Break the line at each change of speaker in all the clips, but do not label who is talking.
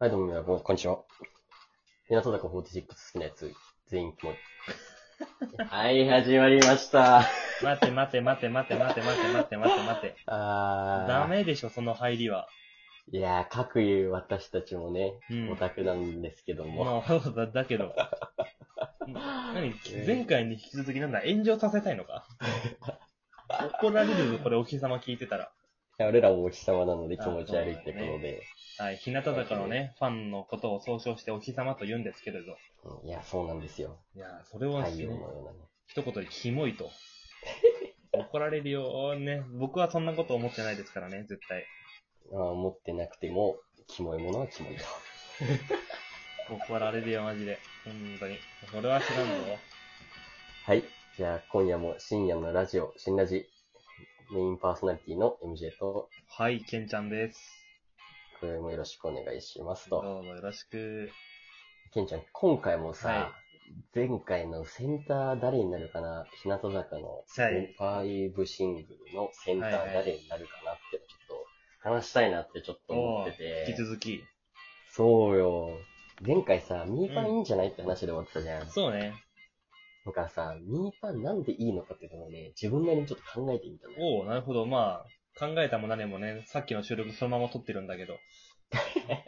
はい、どうもみなさん、こんにちは。日向坂46好きなやつ、全員キ モい。はい、始まりました。
待て待て待て待て待て待て待て待て待て。
あー。
ダメでしょ、その入りは。
いやー、各いう私たちもね、
うん
オタクなんですけども。
まあ、だ、だけど。何前回に引き続きなんだ、炎上させたいのか怒られるぞ、これお日様聞いてたら。
いや俺らもお日様なので気持ち悪いってことで。
はい、日向坂のね、ファンのことを総称してお日様と言うんですけれど。
うんいや、そうなんですよ。
いやー、それを
太
ひ
陽のようなね。
一言でキモ いと。怒られるよーね。僕はそんなこと思ってないですからね、絶対。
あー持ってなくても、キモいものはキモいと。
怒られるよ、マジで。本当に。それは知らんぞ。
はい。じゃあ、今夜も深夜のラジオ、新ラジ、メインパーソナリティの MJ と、
はい、けんちゃんです。
これもよろしくお願いしますと。
どうもよろしく。
ケンちゃん、今回もさ、
は
前回のセンター誰になるかな日向坂の
はい
ファイブシングルのセンター誰になるかなってちょっと話したいなってちょっと思ってて。
引き続き。
そうよ。前回さ、ミーパンいいんじゃないって話で終わってたじゃん。
そうね。
だからさ、ミーパンなんでいいのかっていうのをね、自分なりにちょっと考えてみたのよ。
おおなるほど。まあ、考えたも何もね、さっきの収録そのまま撮ってるんだけ ど。ね、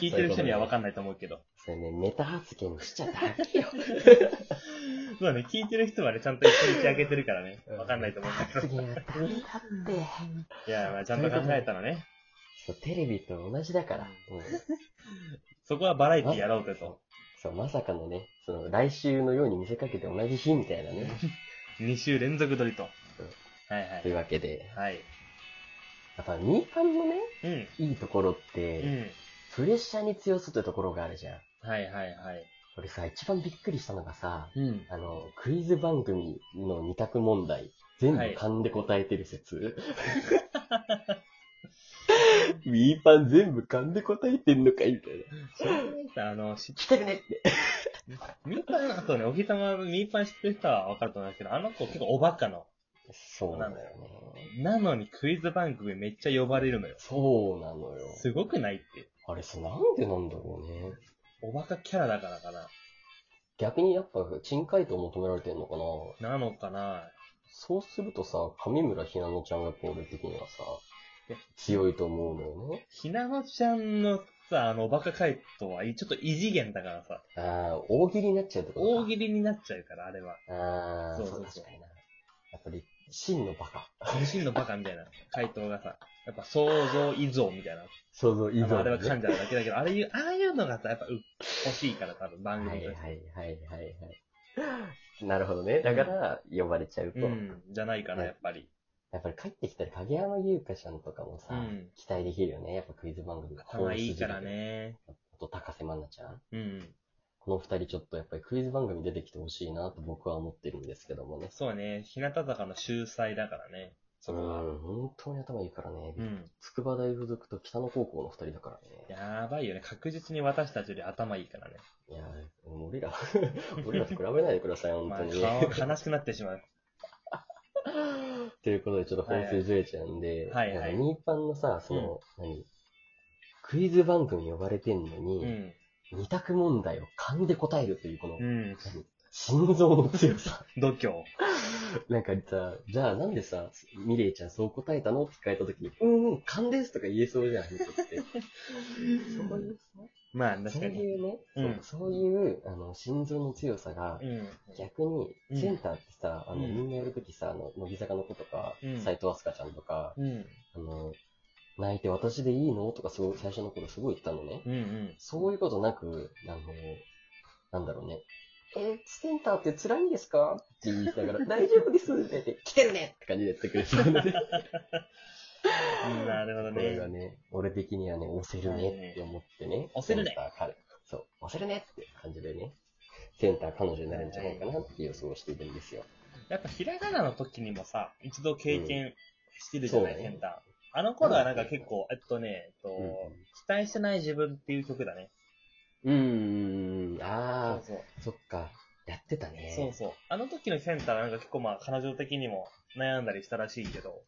聞いてる人には分かんないと思うけど。
それね、ネタ発言しちゃダメよ。
そうだね、聞いてる人はね、ちゃんと一日あげてるからね、分かんないと思う
ネ
ん
タ
だけ
発
ど。
言はダメだって。
いや、まあ、ちゃんと考えたらね、
そう、テレビと同じだから。うん
そこはバラエティやろうぜと。
そう、まさかのね、その、来週のように見せかけて同じ日みたいなね。
2週連続撮りと。は
うんという
いはい。
わけで、
はい。
やっぱ、ミーパンのね、
うん。
いいところっ
う
て、
ん。
プレッシャーに強さというところがあるじゃん。
はいはいはい。
俺さ、一番びっくりしたのがさ、
うん。
あの、クイズ番組の二択問題、全部
はい
勘で答えてる説。 ミーパン全部勘で答えてんのかいみたいな。
あの、知っ
来てくねって。
ミーパン、あとね、お日様、ミーパン知ってる人は分かると思うんですけど、あの子結構おバカの。
そうなのよね。
なのにクイズ番組めっちゃ呼ばれるのよ。
そうなのよ。
すごくないって。
あれさ、なんでなんだろうね。
おバカキャラだからかな。
逆にやっぱ、珍回答求められてんのかな
なのかな
そうするとさ、上村ひなのちゃんがやっぱ俺的にはさ
え、
強いと思うのよね。
ひなわちゃんのさ、あの、おバカ回答は、ちょっと異次元だからさ、
ああ、大喜利になっちゃうってことか。
大喜利になっちゃうから、あれは。
ああ、
そう
そ
そううそう
確かにな。やっぱり、真のバカ。
真のバカみたいな 回答がさ、やっぱ想像以上みたいな。
想像以
あのあれは
ね
噛んじゃうだけだけど、あれいう、ああいうのがさ、やっぱう欲しいから多分
はい
番
はい
組
はい
と
はい
して。
はい。なるほどね。だから、呼ばれちゃうと。
うん、じゃないかな、やっぱり。
やっぱり帰ってきたら影山優香ちゃんとかもさ、
うん
期待できるよね。やっぱクイズ番組が
頭いいから。ね。
あと、高瀬まなちゃん。
うん。
この二人ちょっとやっぱりクイズ番組出てきてほしいなと僕は思ってるんですけどもね。
そうね、日向坂の秀才だからね。そこは。
うん、本当に頭いいからね。
うん。
筑波大附属と北野高校の二人だからね。
やばいよね。確実に私たちより頭いいからね。
いや、俺 ら、俺らと比べないでください、本
まあ、
当に。
顔悲しくなってしまう。
ということで、ちょっと本数ずれちゃうんで、
はいはい
なんか
はい
ニーパンのさ、その、何クイズ番組呼ばれてんの
う
に、
ん。
二、択問題を勘で答えるという、この
う、ん。
心臓の強さ。
度胸。
なんかさ、じゃあなんでさ、ミレイちゃんそう答えたのって聞かれた時に、うんうん、勘ですとか言えそうじゃん、人って。そういうさ、
まあ、確
そう
かに。
いうね、
うん
そうそういう、あの、心臓の強さが
う、ん。
逆に、
うん
センターってさ、あの、
うん
みんなやるときさ、あの、乃木坂の子とか、
うん
斎藤飛鳥ちゃんとか、
うん。
あの、泣いて私でいいのとか、すごい、最初の頃すごい言ったのね。
うんうん。
そういうことなく、あの、なんだろうね。え、センターって辛いんですかって言いなが ら、大丈夫ですって言って、来てるねって感じでやってくれたんで、ね、
なるほど
これが
ね。
ね、俺的にはね、押せるねって思ってね。
押せるね
センター彼。そう、押せるねって感じでね、センター彼女になるんじゃないかなって予想をしているんですよ。
やっぱ、ひらがなの時にもさ、一度経験してるじゃない、
うんそう
セ
ね
ンター。あの頃はなんか結構、えっとね、えっと、
うん
期待してない自分っていう曲だね。
うーん、
そ
あ
うそう。
ー、そっか。やってたね。
そうそう。あの時のセンターなんか結構まあ彼女的にも悩んだりしたらしいけど、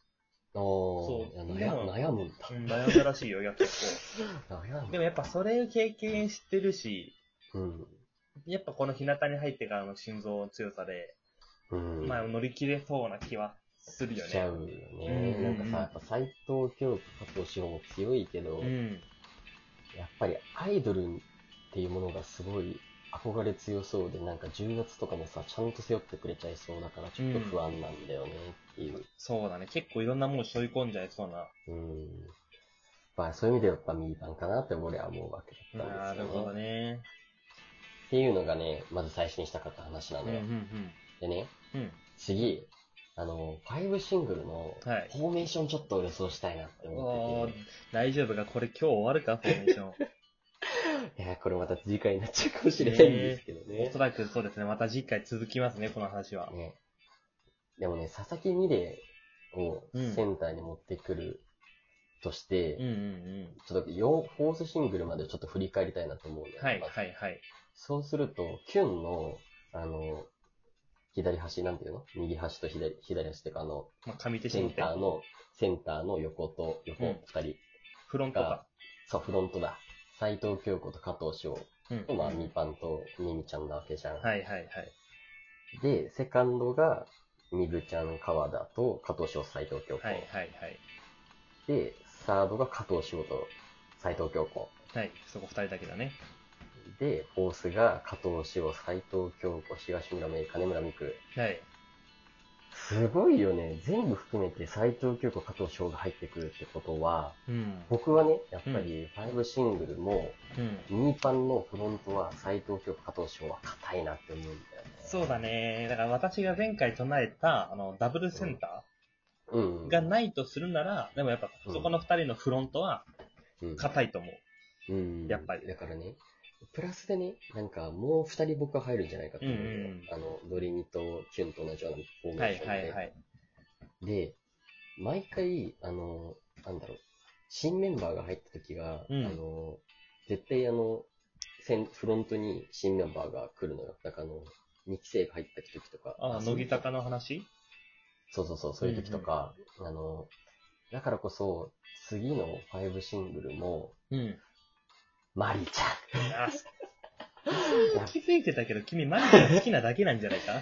そ
そう
悩む悩むんだ。
うん悩んだらしいよ、やっ ぱ結
悩
構。
む。
でもやっぱそれ経験してるし、
うん。
やっぱこの日向に入ってからの心臓の強さで、
うん。
まあ乗り切れそうな気はするよ
しちゃ
ね。
うよね。
うん
なんかさ、やっぱ斎藤京子、加藤史郎も強いけど、
うん。
やっぱりアイドルっていうものがすごい憧れ強そうで、なんか10月とかもさ、ちゃんと背負ってくれちゃいそうだから、ちょっと不安なんだよねっていう。
そうだね。結構いろんなもの背負い込んじゃいそうな。
うん。まあそういう意味でやっぱミーバンかなって俺は思うわけだったんですよ、ね。
なるほどね。
っていうのがね、まず最初にしたかった話な
うん
の
う
よ。
ん
でね、
うん。うん。
次、あの、5シングルの
はい
フォーメーションちょっと予想したいなって思
お
っ
ー
てて、
大丈夫かこれ今日終わるかフォーメーション。
い、や、これまた次回になっちゃうかもしれないんですけど
お
ね
そ。らくそうですね。また次回続きますね、この話は。
ねでもね、佐々木美玲を
うん
センターに持ってくるとして、
うんうんうん。
ちょっと4、フォースシングルまでちょっと振り返りたいなと思うんだよね
はい
まず
はいはい。
そうすると、キュンの、あの、左端、なんていうの右端と左、左端っていうか、あの、
まあ、上手
セ
心
ン
みた
ター
い
の、センターの横と横
うん
二人
フロント
が
か。、
そう、フロントだ。斎藤京子と加藤翔
うん。
と、まあ、
はい
ミーパンとミミちゃんなわけじゃん。
はいはい。
で、セカンドが、ミブちゃん、川田と加藤翔、斎藤京子。
はいはいはい。
で、サードが加藤翔と斎藤京子。
はい、そこ二人だけだね。
で、フォースが加藤翔、斎藤京子、東村芽衣、金村美久。
はい。
すごいよね。全部含めて斎藤京子、加藤翔が入ってくるってことは、
うん。
僕はね、やっぱり5シングルも、
うん。
ミーパンのフロントは斎藤京子、加藤翔は硬いなって思うんだよね。
そうだね。だから私が前回唱えた、あの、ダブルセンタ
うんうん。
ーがないとするなら、でもやっぱ
うん
そこの二人のフロントは
うん、
硬いと思う。
うん。
やっぱり
だからね、プラスでね、なんかもう二人僕は入るんじゃないかと思うんだよ。
うんうん
あの、ドリミとキュンと同じようなフォーメ
は
ー
い
ションで。
はいはい。
で、毎回、あの、なんだろう、新メンバーが入った時が、
うん
あの、絶対あの、せんフロントに新メンバーが来るのよ。だからあの、2期生が入った時とか。
あ、
そう
乃木坂の話
そうそうそう、そういう時とか、あの、だからこそ、次の5シングルも、
うん。
マリちゃ
あ、気づいてたけど、君マリちゃん好きなだけなんじゃないか
ん。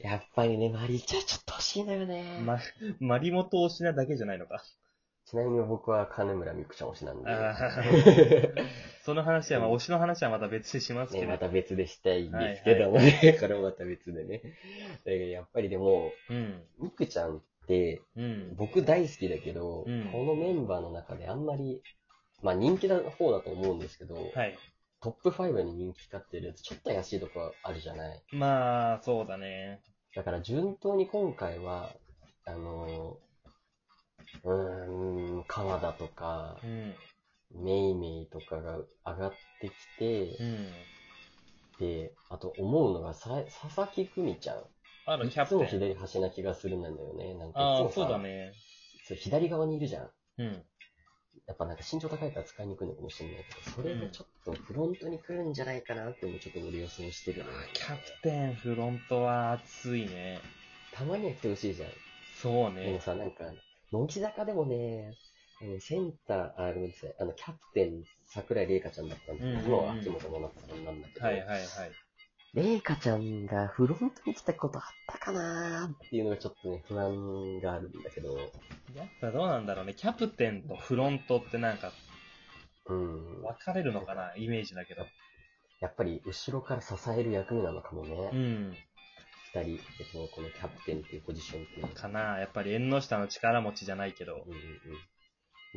やっぱりね、マリちゃんちょっと欲しいのよね。
ま、マリモと推しなだけじゃないのか。
ちなみに僕は金村美久ちゃん推しなんで。
あ ーその話は、まあ、推しの話はまた別にしますけ
ね、
れ
ま
ど。
た別でしたいんですけどもね、これもまた別でね。だけどやっぱりでも、
うん。
みくちゃんって、
うん。
僕大好きだけど、
うん
このメンバーの中であんまり、まあ人気な方だと思うんですけど、
はい。
トップ5に人気かってるやつ、ちょっと怪しいとこあるじゃない。
まあ、そうだね。
だから順当に今回は、あのー、うーん、川田とか
う、ん。
メイメイとかが上がってきて
う、ん。
で、あと思うのがさ、佐々木久美ちゃん。
あの、キャ
いつも
プテン。
左端な気がするんだよね。なんかいつ
あ
も
あ、
さ
そうだね。
そう左側にいるじゃん。
うん。
やっぱなんか身長高いから使いにくいのかもしれないけど、それがちょっとフロントに来るんじゃないかなっていうのをちょっと俺予想してるのよ、
キャプテン、フロントは熱いね。
たまには来てほしいじゃん。
そう
でも
ね。
さ、なんか、乃木坂でもね、あのセンター、あ、ごめんなさい、あの、キャプテン、桜井玲香ちゃんだったんだけど、
うんうんうん
今は秋元真夏さんなんだけど、
はいはいはい。
玲香ちゃんがフロントに来たことあったかなーっていうのがちょっとね、不安があるんだけど、
やっぱどうなんだろうね。キャプテンとフロントってなんか
うん。
分かれるのかなイメージだけど。
やっぱり後ろから支える役目なのかもね。
うん。
二人、えっと、このキャプテンっていうポジションっていうのは
かなやっぱり縁の下の力持ちじゃないけど
う。んうんうん。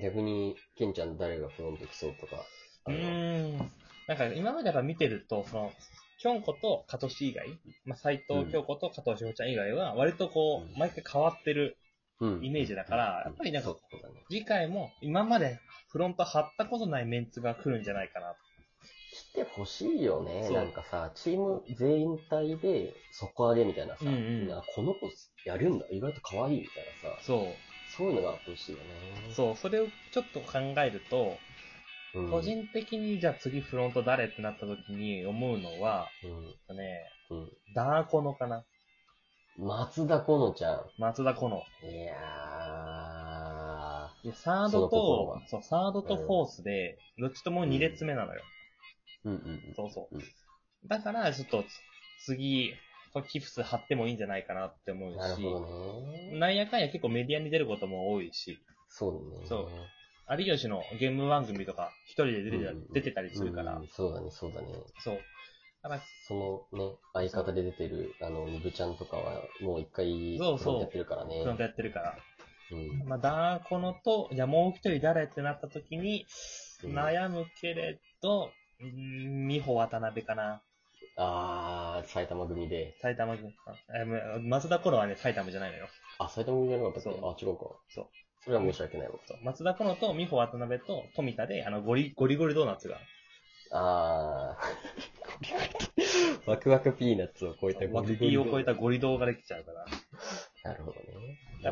逆に、ケンちゃん誰がフロント来そうとか。
う
あの
ーん。なんか今までやっぱ見てると、その、キョンコとカトシ以外、まあ、斎藤京子と加藤志保ちゃん以外は、割とこ
う
う、
ん
毎回変わってる
うん
イメージだから、やっぱりなん
そ
か
う、だね。
次回も今までフロント張ったことないメンツが来るんじゃないかな。
来てほしいよね。
そう
なんかさ、チーム全員体で底上げみたいなさ、
うんうん
なこの子やるんだ、意外と可愛いみたいなさ、
そ
そういうのが欲しいよね。
う。そう、それをちょっと考えると、
うん
個人的にじゃあ次フロント誰ってなった時に思うのは、
う
ね、
ん。うん。
ダーコノかな。
松田好乃ちゃん。
松田コノ。
いやー、
いや、サー
そ
ド
の心
と
は、
そう、サードとフォースで、どっちとも2列目なのよ。
うんうん
そうそう
うん。
だから、ちょっと、次、これキプス貼ってもいいんじゃないかなって思う
うん。
し。
なるほどね。
なんやかんや結構メディアに出ることも多いし、
そうだね。
そ有吉のゲーム番組とか一人で出てた
うんうん
出てたりするから、
うんそうだね、そうだね。
そう。だから、
そのね、相方で出てる、あの、ニブちゃんとかは、もう一回、
そうそう
フロントやってるからね。
フロントやってるから。
うん
まあ、ダーコノと、じゃあもう一人誰ってなった時に、
うん
悩むけれど、うーん美穂渡辺かな。
あー、埼玉組で。
埼玉軍か。えー、ま松田コロはね、埼玉じゃないのよ。
あ、埼玉組じゃなかったっけあ、
そう
違うか。
そう。
それは申し訳ないわ。
そう松田コロと美穂渡辺と富田で、あの、ゴリ、ゴリゴリドーナツが。
あー。 ワクワクピーナッツを超えた
ワクピーを超えたゴリドーができちゃうから。
なるほどね。
や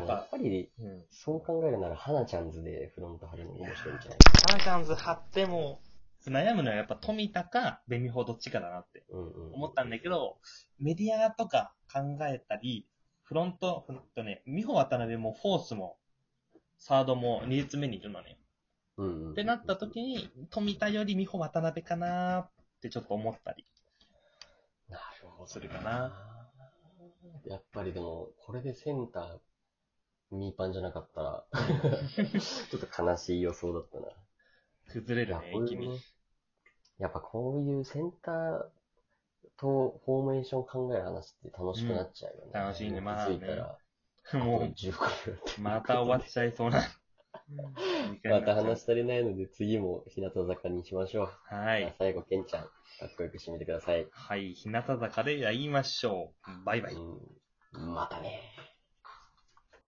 や
っ
っ
ぱ
ぱやっぱり、
うん。
そう考えるなら、花ちゃんズでフロント張るの面白いんじゃない
カーシャンズ貼っても、悩むのはやっぱ富田か、ベミホどっちかだなって
うんうん。
思ったんだけど、メディアとか考えたり、フロント、フロントね、美穂渡辺もフォースも、サードも2列目にいるのね。
うんうんうん。
ってなった時に、富田より美穂渡辺かなーってちょっと思ったり
なるほど。
するかな。
やっぱりでも、これでセンター、ミーパンじゃなかった ら、ちょっと悲しい予想だったな。
崩れ
い
る
や
ね
こう、いう
君。
ねやっぱこういうセンターとフォーメーション考える話って楽しくなっちゃうよね。
うん楽しいねまあ
気づ
ね
いたら、もう
も
15分。
う、また終わっちゃい そうな。
また話足りないので、次も日向坂にしましょう。
は
じゃあ
い。
最後、ケンちゃん、かっこよく締めてください。
はい、日向坂でやりましょう。バイバイ。
うん、またね。